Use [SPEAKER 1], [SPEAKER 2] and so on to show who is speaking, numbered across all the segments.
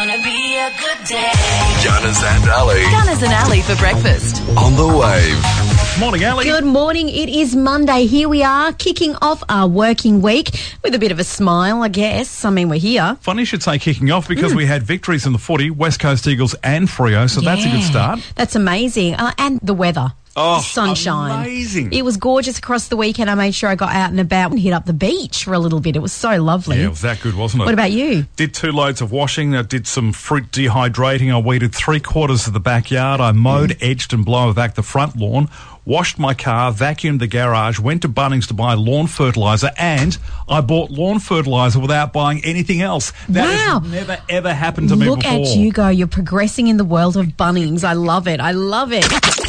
[SPEAKER 1] a good day.
[SPEAKER 2] Gunners and Ali
[SPEAKER 3] Gunners and Alley for breakfast.
[SPEAKER 2] on the wave.
[SPEAKER 4] Morning, Ellie.
[SPEAKER 5] Good morning. It is Monday. Here we are, kicking off our working week with a bit of a smile, I guess. I mean, we're here.
[SPEAKER 4] Funny you should say kicking off
[SPEAKER 5] Mm.
[SPEAKER 4] because we had victories in the footy, West Coast Eagles and Frio, so that's a good
[SPEAKER 5] Yeah.
[SPEAKER 4] start.
[SPEAKER 5] That's amazing. Uh, and the weather.
[SPEAKER 4] Oh,
[SPEAKER 5] The sunshine.
[SPEAKER 4] amazing.
[SPEAKER 5] It was gorgeous across the weekend. I made sure I got out and about and hit up the beach for a little bit. It was so lovely.
[SPEAKER 4] Yeah, it was that good, wasn't it?
[SPEAKER 5] What about you?
[SPEAKER 4] Did two loads of washing. I did some fruit dehydrating. I weeded three quarters of the backyard. I mowed,
[SPEAKER 5] Mm.
[SPEAKER 4] edged, and blower back the front lawn. Washed my car, vacuumed the garage, went to Bunnings to buy lawn fertilizer, and I bought lawn fertilizer without buying anything else. That
[SPEAKER 5] Wow.
[SPEAKER 4] has never ever happened to
[SPEAKER 5] Look
[SPEAKER 4] me before.
[SPEAKER 5] at you go. You're progressing in the world of Bunnings. I love it. I love it.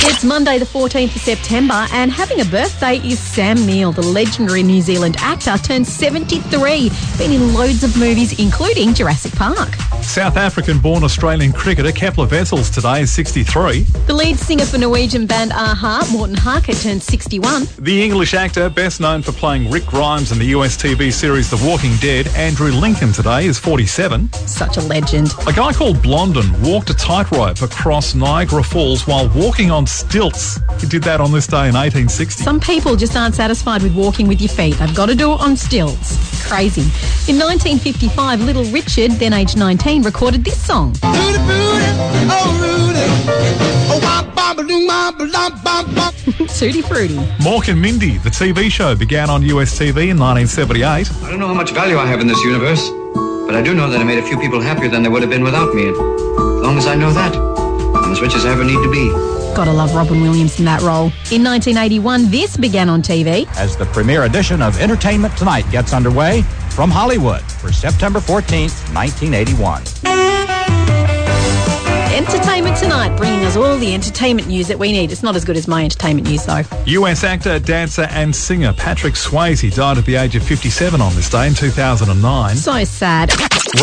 [SPEAKER 5] It's Monday, the 14th of September, and having a birthday is Sam Neill, the legendary New Zealand actor, turned 73. Been in loads of movies, including Jurassic Park.
[SPEAKER 4] South African-born Australian cricketer Kepler Vessels today is 63.
[SPEAKER 5] The lead singer for Norwegian band Aha, Morten Harker, turned 61.
[SPEAKER 4] The English actor, best known for playing Rick Grimes in the US TV series The Walking Dead, Andrew Lincoln today is 47.
[SPEAKER 5] Such a legend.
[SPEAKER 4] A guy called Blondin walked a tightrope across Niagara Falls while walking on stilts. He did that on this day in 1860.
[SPEAKER 5] Some people just aren't satisfied with walking with your feet. I've got to do it on stilts. Crazy. In 1955, Little Richard, then age 19, recorded this song.
[SPEAKER 6] Rudy, Rudy, oh Rudy, oh wop, bop, doo, wop, bop, bop, bop.
[SPEAKER 5] Tutti Frutti.
[SPEAKER 4] Mork and Mindy, the TV show, began on US TV in 1978.
[SPEAKER 7] I don't know how much value I have in this universe, but I do know that I made a few people happier than they would have been without me. As long as I know that, I'm as rich as I ever need to be.
[SPEAKER 5] Gotta love Robin Williams in that role. In 1981, this began on TV.
[SPEAKER 8] as the premiere edition of Entertainment Tonight gets underway from Hollywood for September 14th, 1981.
[SPEAKER 5] Entertainment Tonight, bringing us all the entertainment news that we need. It's not as good as my entertainment news, though.
[SPEAKER 4] US actor, dancer, and singer Patrick Swayze died at the age of 57 on this day in 2009.
[SPEAKER 5] So sad.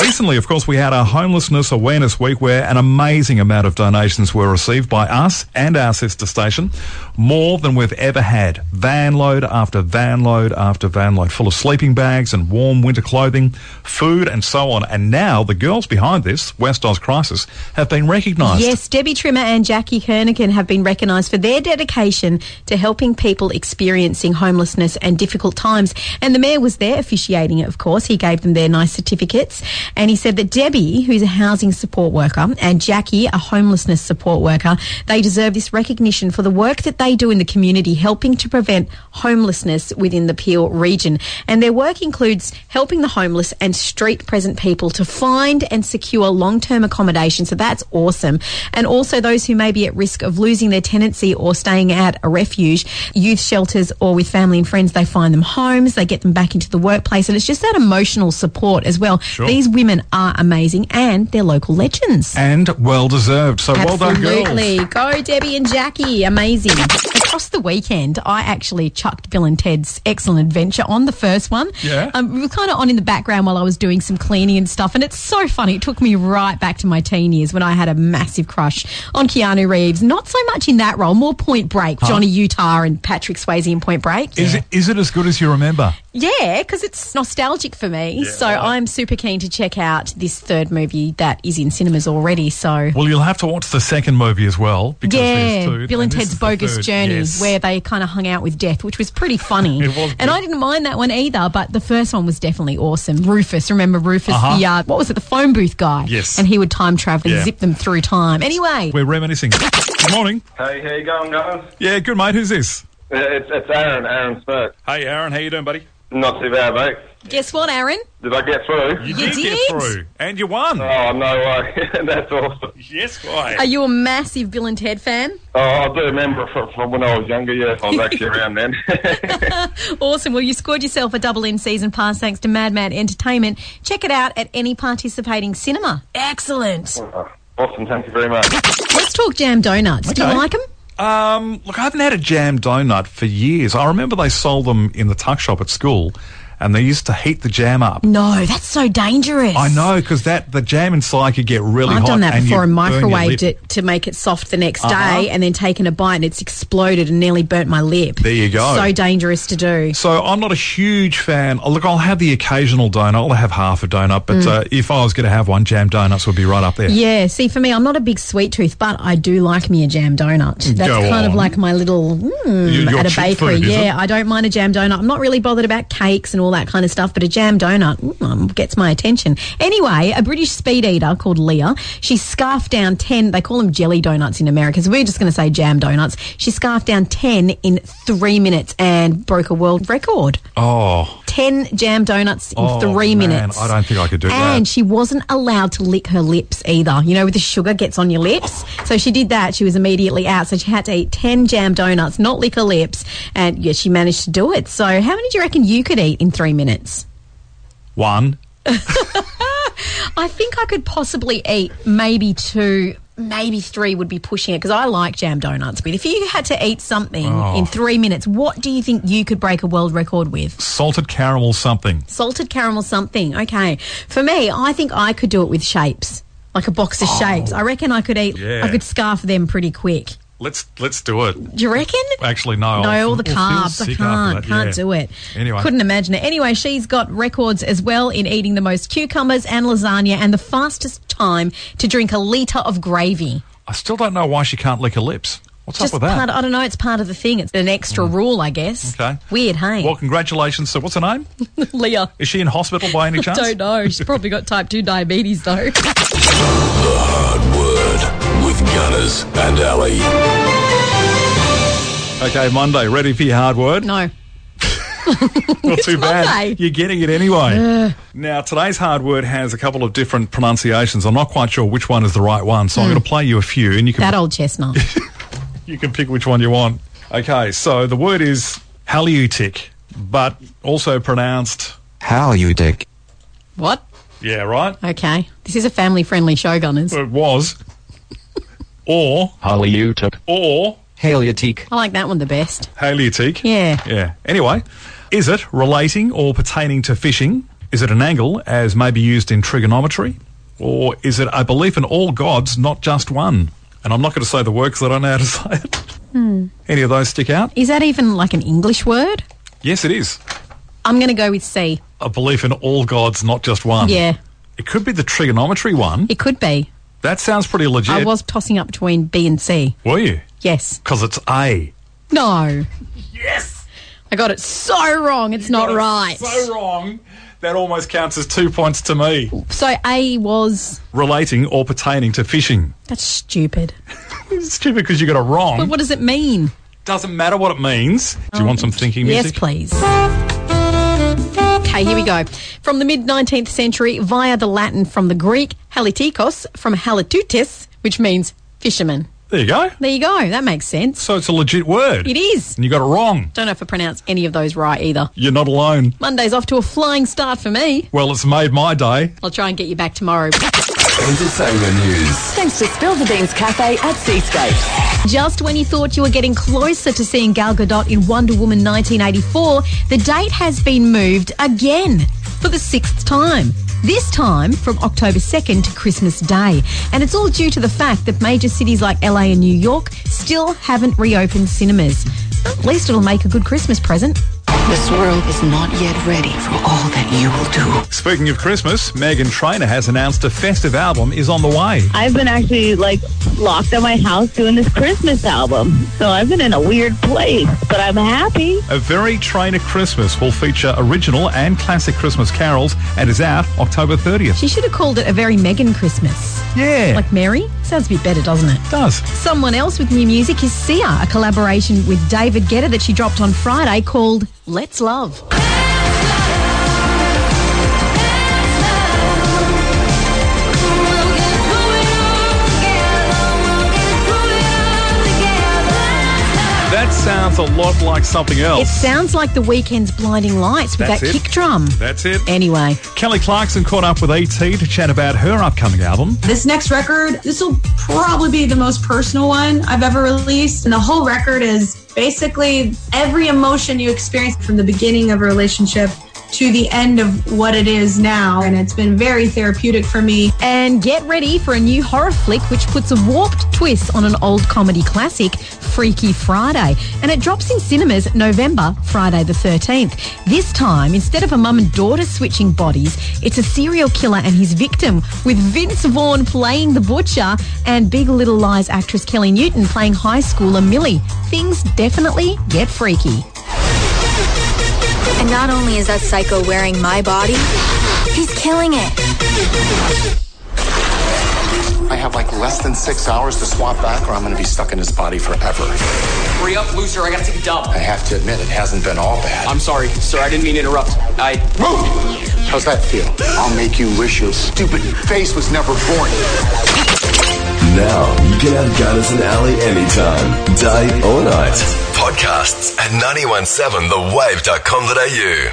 [SPEAKER 4] Recently, of course, we had our Homelessness Awareness Week where an amazing amount of donations were received by us and our sister station. More than we've ever had. Van load after van load after van load, full of sleeping bags and warm winter clothing, food and so on. And now the girls behind this, West Oz Crisis, have been recognised.
[SPEAKER 5] Yes, Debbie Trimmer and Jackie Kernigan have been recognised for their dedication to helping people experiencing homelessness and difficult times. And the mayor was there officiating it, of course. He gave them their nice certificates. And he said that Debbie, who's a housing support worker, and Jackie, a homelessness support worker, they deserve this recognition for the work that they do in the community, helping to prevent homelessness within the Peel region. And their work includes helping the homeless and street present people to find and secure long term accommodation. So that's awesome. And also those who may be at risk of losing their tenancy or staying at a refuge, youth shelters, or with family and friends, they find them homes, they get them back into the workplace. And it's just that emotional support as well. These women are amazing and they're local legends.
[SPEAKER 4] And well deserved. So well done, girls.
[SPEAKER 5] Absolutely. Go, Debbie and Jackie. Amazing. Across the weekend, I actually chucked Bill and Ted's Excellent Adventure on the first one.
[SPEAKER 4] Yeah.
[SPEAKER 5] Um, we were kind of on in the background while I was doing some cleaning and stuff. And it's so funny. It took me right back to my teen years when I had a massive crush on Keanu Reeves. Not so much in that role, more Point Break, Johnny Utah and Patrick Swayze in Point Break.
[SPEAKER 4] Is it, is it as good as you remember?
[SPEAKER 5] Yeah, because it's nostalgic for me. so I'm super keen to check out this third movie that is in cinemas already. So
[SPEAKER 4] Well, you'll have to watch the second movie as well. Because
[SPEAKER 5] yeah,
[SPEAKER 4] there's two,
[SPEAKER 5] Bill and
[SPEAKER 4] this
[SPEAKER 5] Ted's
[SPEAKER 4] is the
[SPEAKER 5] Bogus
[SPEAKER 4] third.
[SPEAKER 5] Journey,
[SPEAKER 4] Yes.
[SPEAKER 5] where they kind of hung out with death, which was pretty funny.
[SPEAKER 4] It was good.
[SPEAKER 5] and I didn't mind that one either, but the first one was definitely awesome. Rufus, remember Rufus, the uh, what was it, the phone booth guy?
[SPEAKER 4] Uh-huh. Yes.
[SPEAKER 5] and he would time travel and
[SPEAKER 4] Yeah.
[SPEAKER 5] zip them through time. Anyway,
[SPEAKER 4] We're reminiscing. Good morning.
[SPEAKER 9] Hey, how you going, guys? Uh,
[SPEAKER 4] Yeah, good mate. Who's this?
[SPEAKER 9] It's, it's Aaron, Aaron Spurk.
[SPEAKER 4] Hey, Aaron, how you doing, buddy?
[SPEAKER 9] Not too bad, mate.
[SPEAKER 5] guess what, Aaron?
[SPEAKER 9] Did I get through?
[SPEAKER 4] You,
[SPEAKER 5] You
[SPEAKER 4] did, get
[SPEAKER 5] did?
[SPEAKER 4] through, and you won.
[SPEAKER 9] Oh, no way. That's awesome.
[SPEAKER 4] Uh, yes, why?
[SPEAKER 5] Are you a massive Bill and Ted fan?
[SPEAKER 9] Oh, I do remember it from, from when I was younger, yeah. I was actually around then.
[SPEAKER 5] Awesome. Well, you scored yourself a double in season pass thanks to Madman Entertainment. Check it out at any participating cinema. Excellent.
[SPEAKER 9] awesome, thank you very much.
[SPEAKER 5] Let's talk jam donuts. Do you
[SPEAKER 4] Okay.
[SPEAKER 5] like them?
[SPEAKER 4] Um, look, I haven't had a jam donut for years. I remember they sold them in the tuck shop at school, and they used to heat the jam up.
[SPEAKER 5] No, that's so dangerous.
[SPEAKER 4] I know because that the jam inside could get really
[SPEAKER 5] I've
[SPEAKER 4] hot.
[SPEAKER 5] done that
[SPEAKER 4] and
[SPEAKER 5] before
[SPEAKER 4] you
[SPEAKER 5] and
[SPEAKER 4] burn your lip.
[SPEAKER 5] microwaved it to make it soft the next
[SPEAKER 4] Uh-huh.
[SPEAKER 5] day and then taken a bite and it's exploded and nearly burnt my lip.
[SPEAKER 4] There you go.
[SPEAKER 5] So dangerous to do.
[SPEAKER 4] So I'm not a huge fan. Oh, Look, I'll have the occasional donut. I'll have half a donut, but uh, if I was going to have one, jam donuts would be right up there.
[SPEAKER 5] Mm. Yeah, see, for me, I'm not a big sweet tooth, but I do like me a jam donut. That's
[SPEAKER 4] Mm. Go
[SPEAKER 5] kind of
[SPEAKER 4] on.
[SPEAKER 5] like my little mm,
[SPEAKER 4] Your- your
[SPEAKER 5] at a
[SPEAKER 4] cheap
[SPEAKER 5] bakery.
[SPEAKER 4] food, is
[SPEAKER 5] yeah,
[SPEAKER 4] it?
[SPEAKER 5] I don't mind a jam donut. I'm not really bothered about cakes and all that kind of stuff, but a jam donut mm, um, gets my attention. Anyway, a British speed eater called Leah, she scarfed down 10, they call them jelly donuts in America, so we're just going to say jam donuts. She scarfed down 10 in three minutes and broke a world record.
[SPEAKER 4] Oh,
[SPEAKER 5] 10 jam donuts in
[SPEAKER 4] Oh,
[SPEAKER 5] three
[SPEAKER 4] man,
[SPEAKER 5] minutes.
[SPEAKER 4] I don't think I could do that.
[SPEAKER 5] And she wasn't allowed to lick her lips either. You know, the sugar gets on your lips. So she did that. She was immediately out. So she had to eat 10 jam donuts, not lick her lips. And yeah, she managed to do it. So how many do you reckon you could eat in three minutes?
[SPEAKER 4] one.
[SPEAKER 5] I think I could possibly eat maybe two. Maybe three would be pushing it because I like jam donuts. But if you had to eat something
[SPEAKER 4] Oh.
[SPEAKER 5] in three minutes, what do you think you could break a world record with?
[SPEAKER 4] Salted caramel something.
[SPEAKER 5] salted caramel something. Okay. For me, I think I could do it with shapes. Like a box of shapes. I reckon I could eat
[SPEAKER 4] Oh. Yeah.
[SPEAKER 5] I could scarf them pretty quick.
[SPEAKER 4] Let's let's do it.
[SPEAKER 5] Do you reckon?
[SPEAKER 4] Actually, no.
[SPEAKER 5] No,
[SPEAKER 4] I'll-
[SPEAKER 5] all the
[SPEAKER 4] I'll feel
[SPEAKER 5] carbs. I
[SPEAKER 4] sick
[SPEAKER 5] can't.
[SPEAKER 4] after that,
[SPEAKER 5] Can't
[SPEAKER 4] yeah.
[SPEAKER 5] do it.
[SPEAKER 4] Anyway.
[SPEAKER 5] Couldn't imagine it. Anyway, she's got records as well in eating the most cucumbers and lasagna and the fastest time to drink a litre of gravy.
[SPEAKER 4] I still don't know why she can't lick her lips. What's
[SPEAKER 5] Just
[SPEAKER 4] up with that? Mm.
[SPEAKER 5] part I don't know, it's part of the thing. It's an extra rule, I guess.
[SPEAKER 4] okay.
[SPEAKER 5] Weird, hey?
[SPEAKER 4] Well, congratulations. So, what's her name?
[SPEAKER 5] Leah.
[SPEAKER 4] Is she in hospital by any chance?
[SPEAKER 5] Don't know. She's probably got type 2 diabetes, though.
[SPEAKER 2] Hard word with Gunners and Ali.
[SPEAKER 4] Okay, Monday. Ready for your hard word?
[SPEAKER 5] No.
[SPEAKER 4] Not too bad.
[SPEAKER 5] Monday.
[SPEAKER 4] You're getting it anyway. now, today's hard word has a couple of different pronunciations. I'm not quite sure which one is the right one,
[SPEAKER 5] Hmm.
[SPEAKER 4] so I'm going to play you a few, and you can
[SPEAKER 5] That old chestnut.
[SPEAKER 4] you can pick which one you want. Okay, so the word is haleutic, but also pronounced.
[SPEAKER 1] How you dick?
[SPEAKER 5] What?
[SPEAKER 4] Yeah, right.
[SPEAKER 5] Okay. This is a family friendly show, Gunners.
[SPEAKER 4] It was. or
[SPEAKER 1] Hollyutic.
[SPEAKER 4] or
[SPEAKER 1] Haleutic.
[SPEAKER 5] I like that one the best.
[SPEAKER 4] haleutic.
[SPEAKER 5] Yeah.
[SPEAKER 4] Yeah. Anyway, is it relating or pertaining to fishing? Is it an angle, as may be used in trigonometry? Or is it a belief in all gods, not just one? And I'm not going to say the word because I don't know how to say it.
[SPEAKER 5] Hmm.
[SPEAKER 4] Any of those stick out?
[SPEAKER 5] Is that even like an English word?
[SPEAKER 4] Yes, it is.
[SPEAKER 5] I'm going to go with C.
[SPEAKER 4] A belief in all gods, not just one.
[SPEAKER 5] Yeah.
[SPEAKER 4] It could be the trigonometry one.
[SPEAKER 5] It could be.
[SPEAKER 4] That sounds pretty legit.
[SPEAKER 5] I was tossing up between B and C.
[SPEAKER 4] Were you?
[SPEAKER 5] Yes.
[SPEAKER 4] Because it's A.
[SPEAKER 5] No. Yes. I got it so wrong. It's not right.
[SPEAKER 4] So wrong. That almost counts as two points to me.
[SPEAKER 5] So A was.
[SPEAKER 4] Relating or pertaining to fishing.
[SPEAKER 5] That's stupid.
[SPEAKER 4] It's stupid because you got it wrong.
[SPEAKER 5] But what does it mean?
[SPEAKER 4] Doesn't matter what it means. Do you want some thinking music?
[SPEAKER 5] Yes, please. Okay, here we go. From the mid 19th century, via the Latin from the Greek, halitikos, from halitutis, which means fisherman.
[SPEAKER 4] There you go.
[SPEAKER 5] There you go. That makes sense.
[SPEAKER 4] So it's a legit word.
[SPEAKER 5] It is.
[SPEAKER 4] And you got it wrong.
[SPEAKER 5] Don't know if I pronounce any of those right either.
[SPEAKER 4] You're not alone.
[SPEAKER 5] Monday's off to a flying start for me.
[SPEAKER 4] Well, it's made my day.
[SPEAKER 5] I'll try and get you back tomorrow.
[SPEAKER 2] Entertainment news.
[SPEAKER 3] Thanks to Spill the Beans Cafe at Seascape.
[SPEAKER 5] Just when you thought you were getting closer to seeing Gal Gadot in Wonder Woman 1984, the date has been moved again for the sixth time. This time from October 2nd to Christmas Day. And it's all due to the fact that major cities like LA and New York still haven't reopened cinemas. At least it'll make a good Christmas present.
[SPEAKER 10] This world is not yet ready for all that you will do.
[SPEAKER 4] Speaking of Christmas, Megan Trainor has announced a festive album is on the way.
[SPEAKER 11] I've been actually like locked at my house doing this Christmas album. So I've been in a weird place, but I'm happy.
[SPEAKER 4] A Very Trainor Christmas will feature original and classic Christmas carols and is out October 30th.
[SPEAKER 5] She should have called it a very Megan Christmas.
[SPEAKER 4] Yeah.
[SPEAKER 5] Like Mary? Sounds a bit better, doesn't it?
[SPEAKER 4] does.
[SPEAKER 5] Someone else with new music is Sia, a collaboration with David Guetta that she dropped on Friday called Let's Love.
[SPEAKER 4] That sounds a lot like something else.
[SPEAKER 5] It sounds like the weekend's blinding lights with
[SPEAKER 4] Oh. That's
[SPEAKER 5] that
[SPEAKER 4] it.
[SPEAKER 5] kick drum.
[SPEAKER 4] That's it.
[SPEAKER 5] Anyway,
[SPEAKER 4] Kelly Clarkson caught up with ET to chat about her upcoming album.
[SPEAKER 11] This next record, this will probably be the most personal one I've ever released. And the whole record is basically every emotion you experience from the beginning of a relationship
[SPEAKER 12] to the end of what it is now, and it's been very therapeutic for me.
[SPEAKER 5] And get ready for a new horror flick which puts a warped twist on an old comedy classic, Freaky Friday. And it drops in cinemas November, Friday the 13th. This time, instead of a mum and daughter switching bodies, it's a serial killer and his victim, with Vince Vaughn playing the butcher and Big Little Lies actress Kelly Newton playing high schooler Millie. Things definitely get freaky.
[SPEAKER 13] And not only is that psycho wearing my body, he's killing it.
[SPEAKER 14] I have like less than six hours to swap back, or I'm going to be stuck in this body forever.
[SPEAKER 15] Hurry up, loser. I gotta take a dump.
[SPEAKER 14] I have to admit, it hasn't been all bad.
[SPEAKER 15] I'm sorry, sir. I didn't mean to interrupt. I.
[SPEAKER 14] Move! How's that feel? I'll make you wish your stupid face was never born.
[SPEAKER 2] Now you can have Gunners and Alley anytime, day or night. Podcasts at 917thewave.com.au.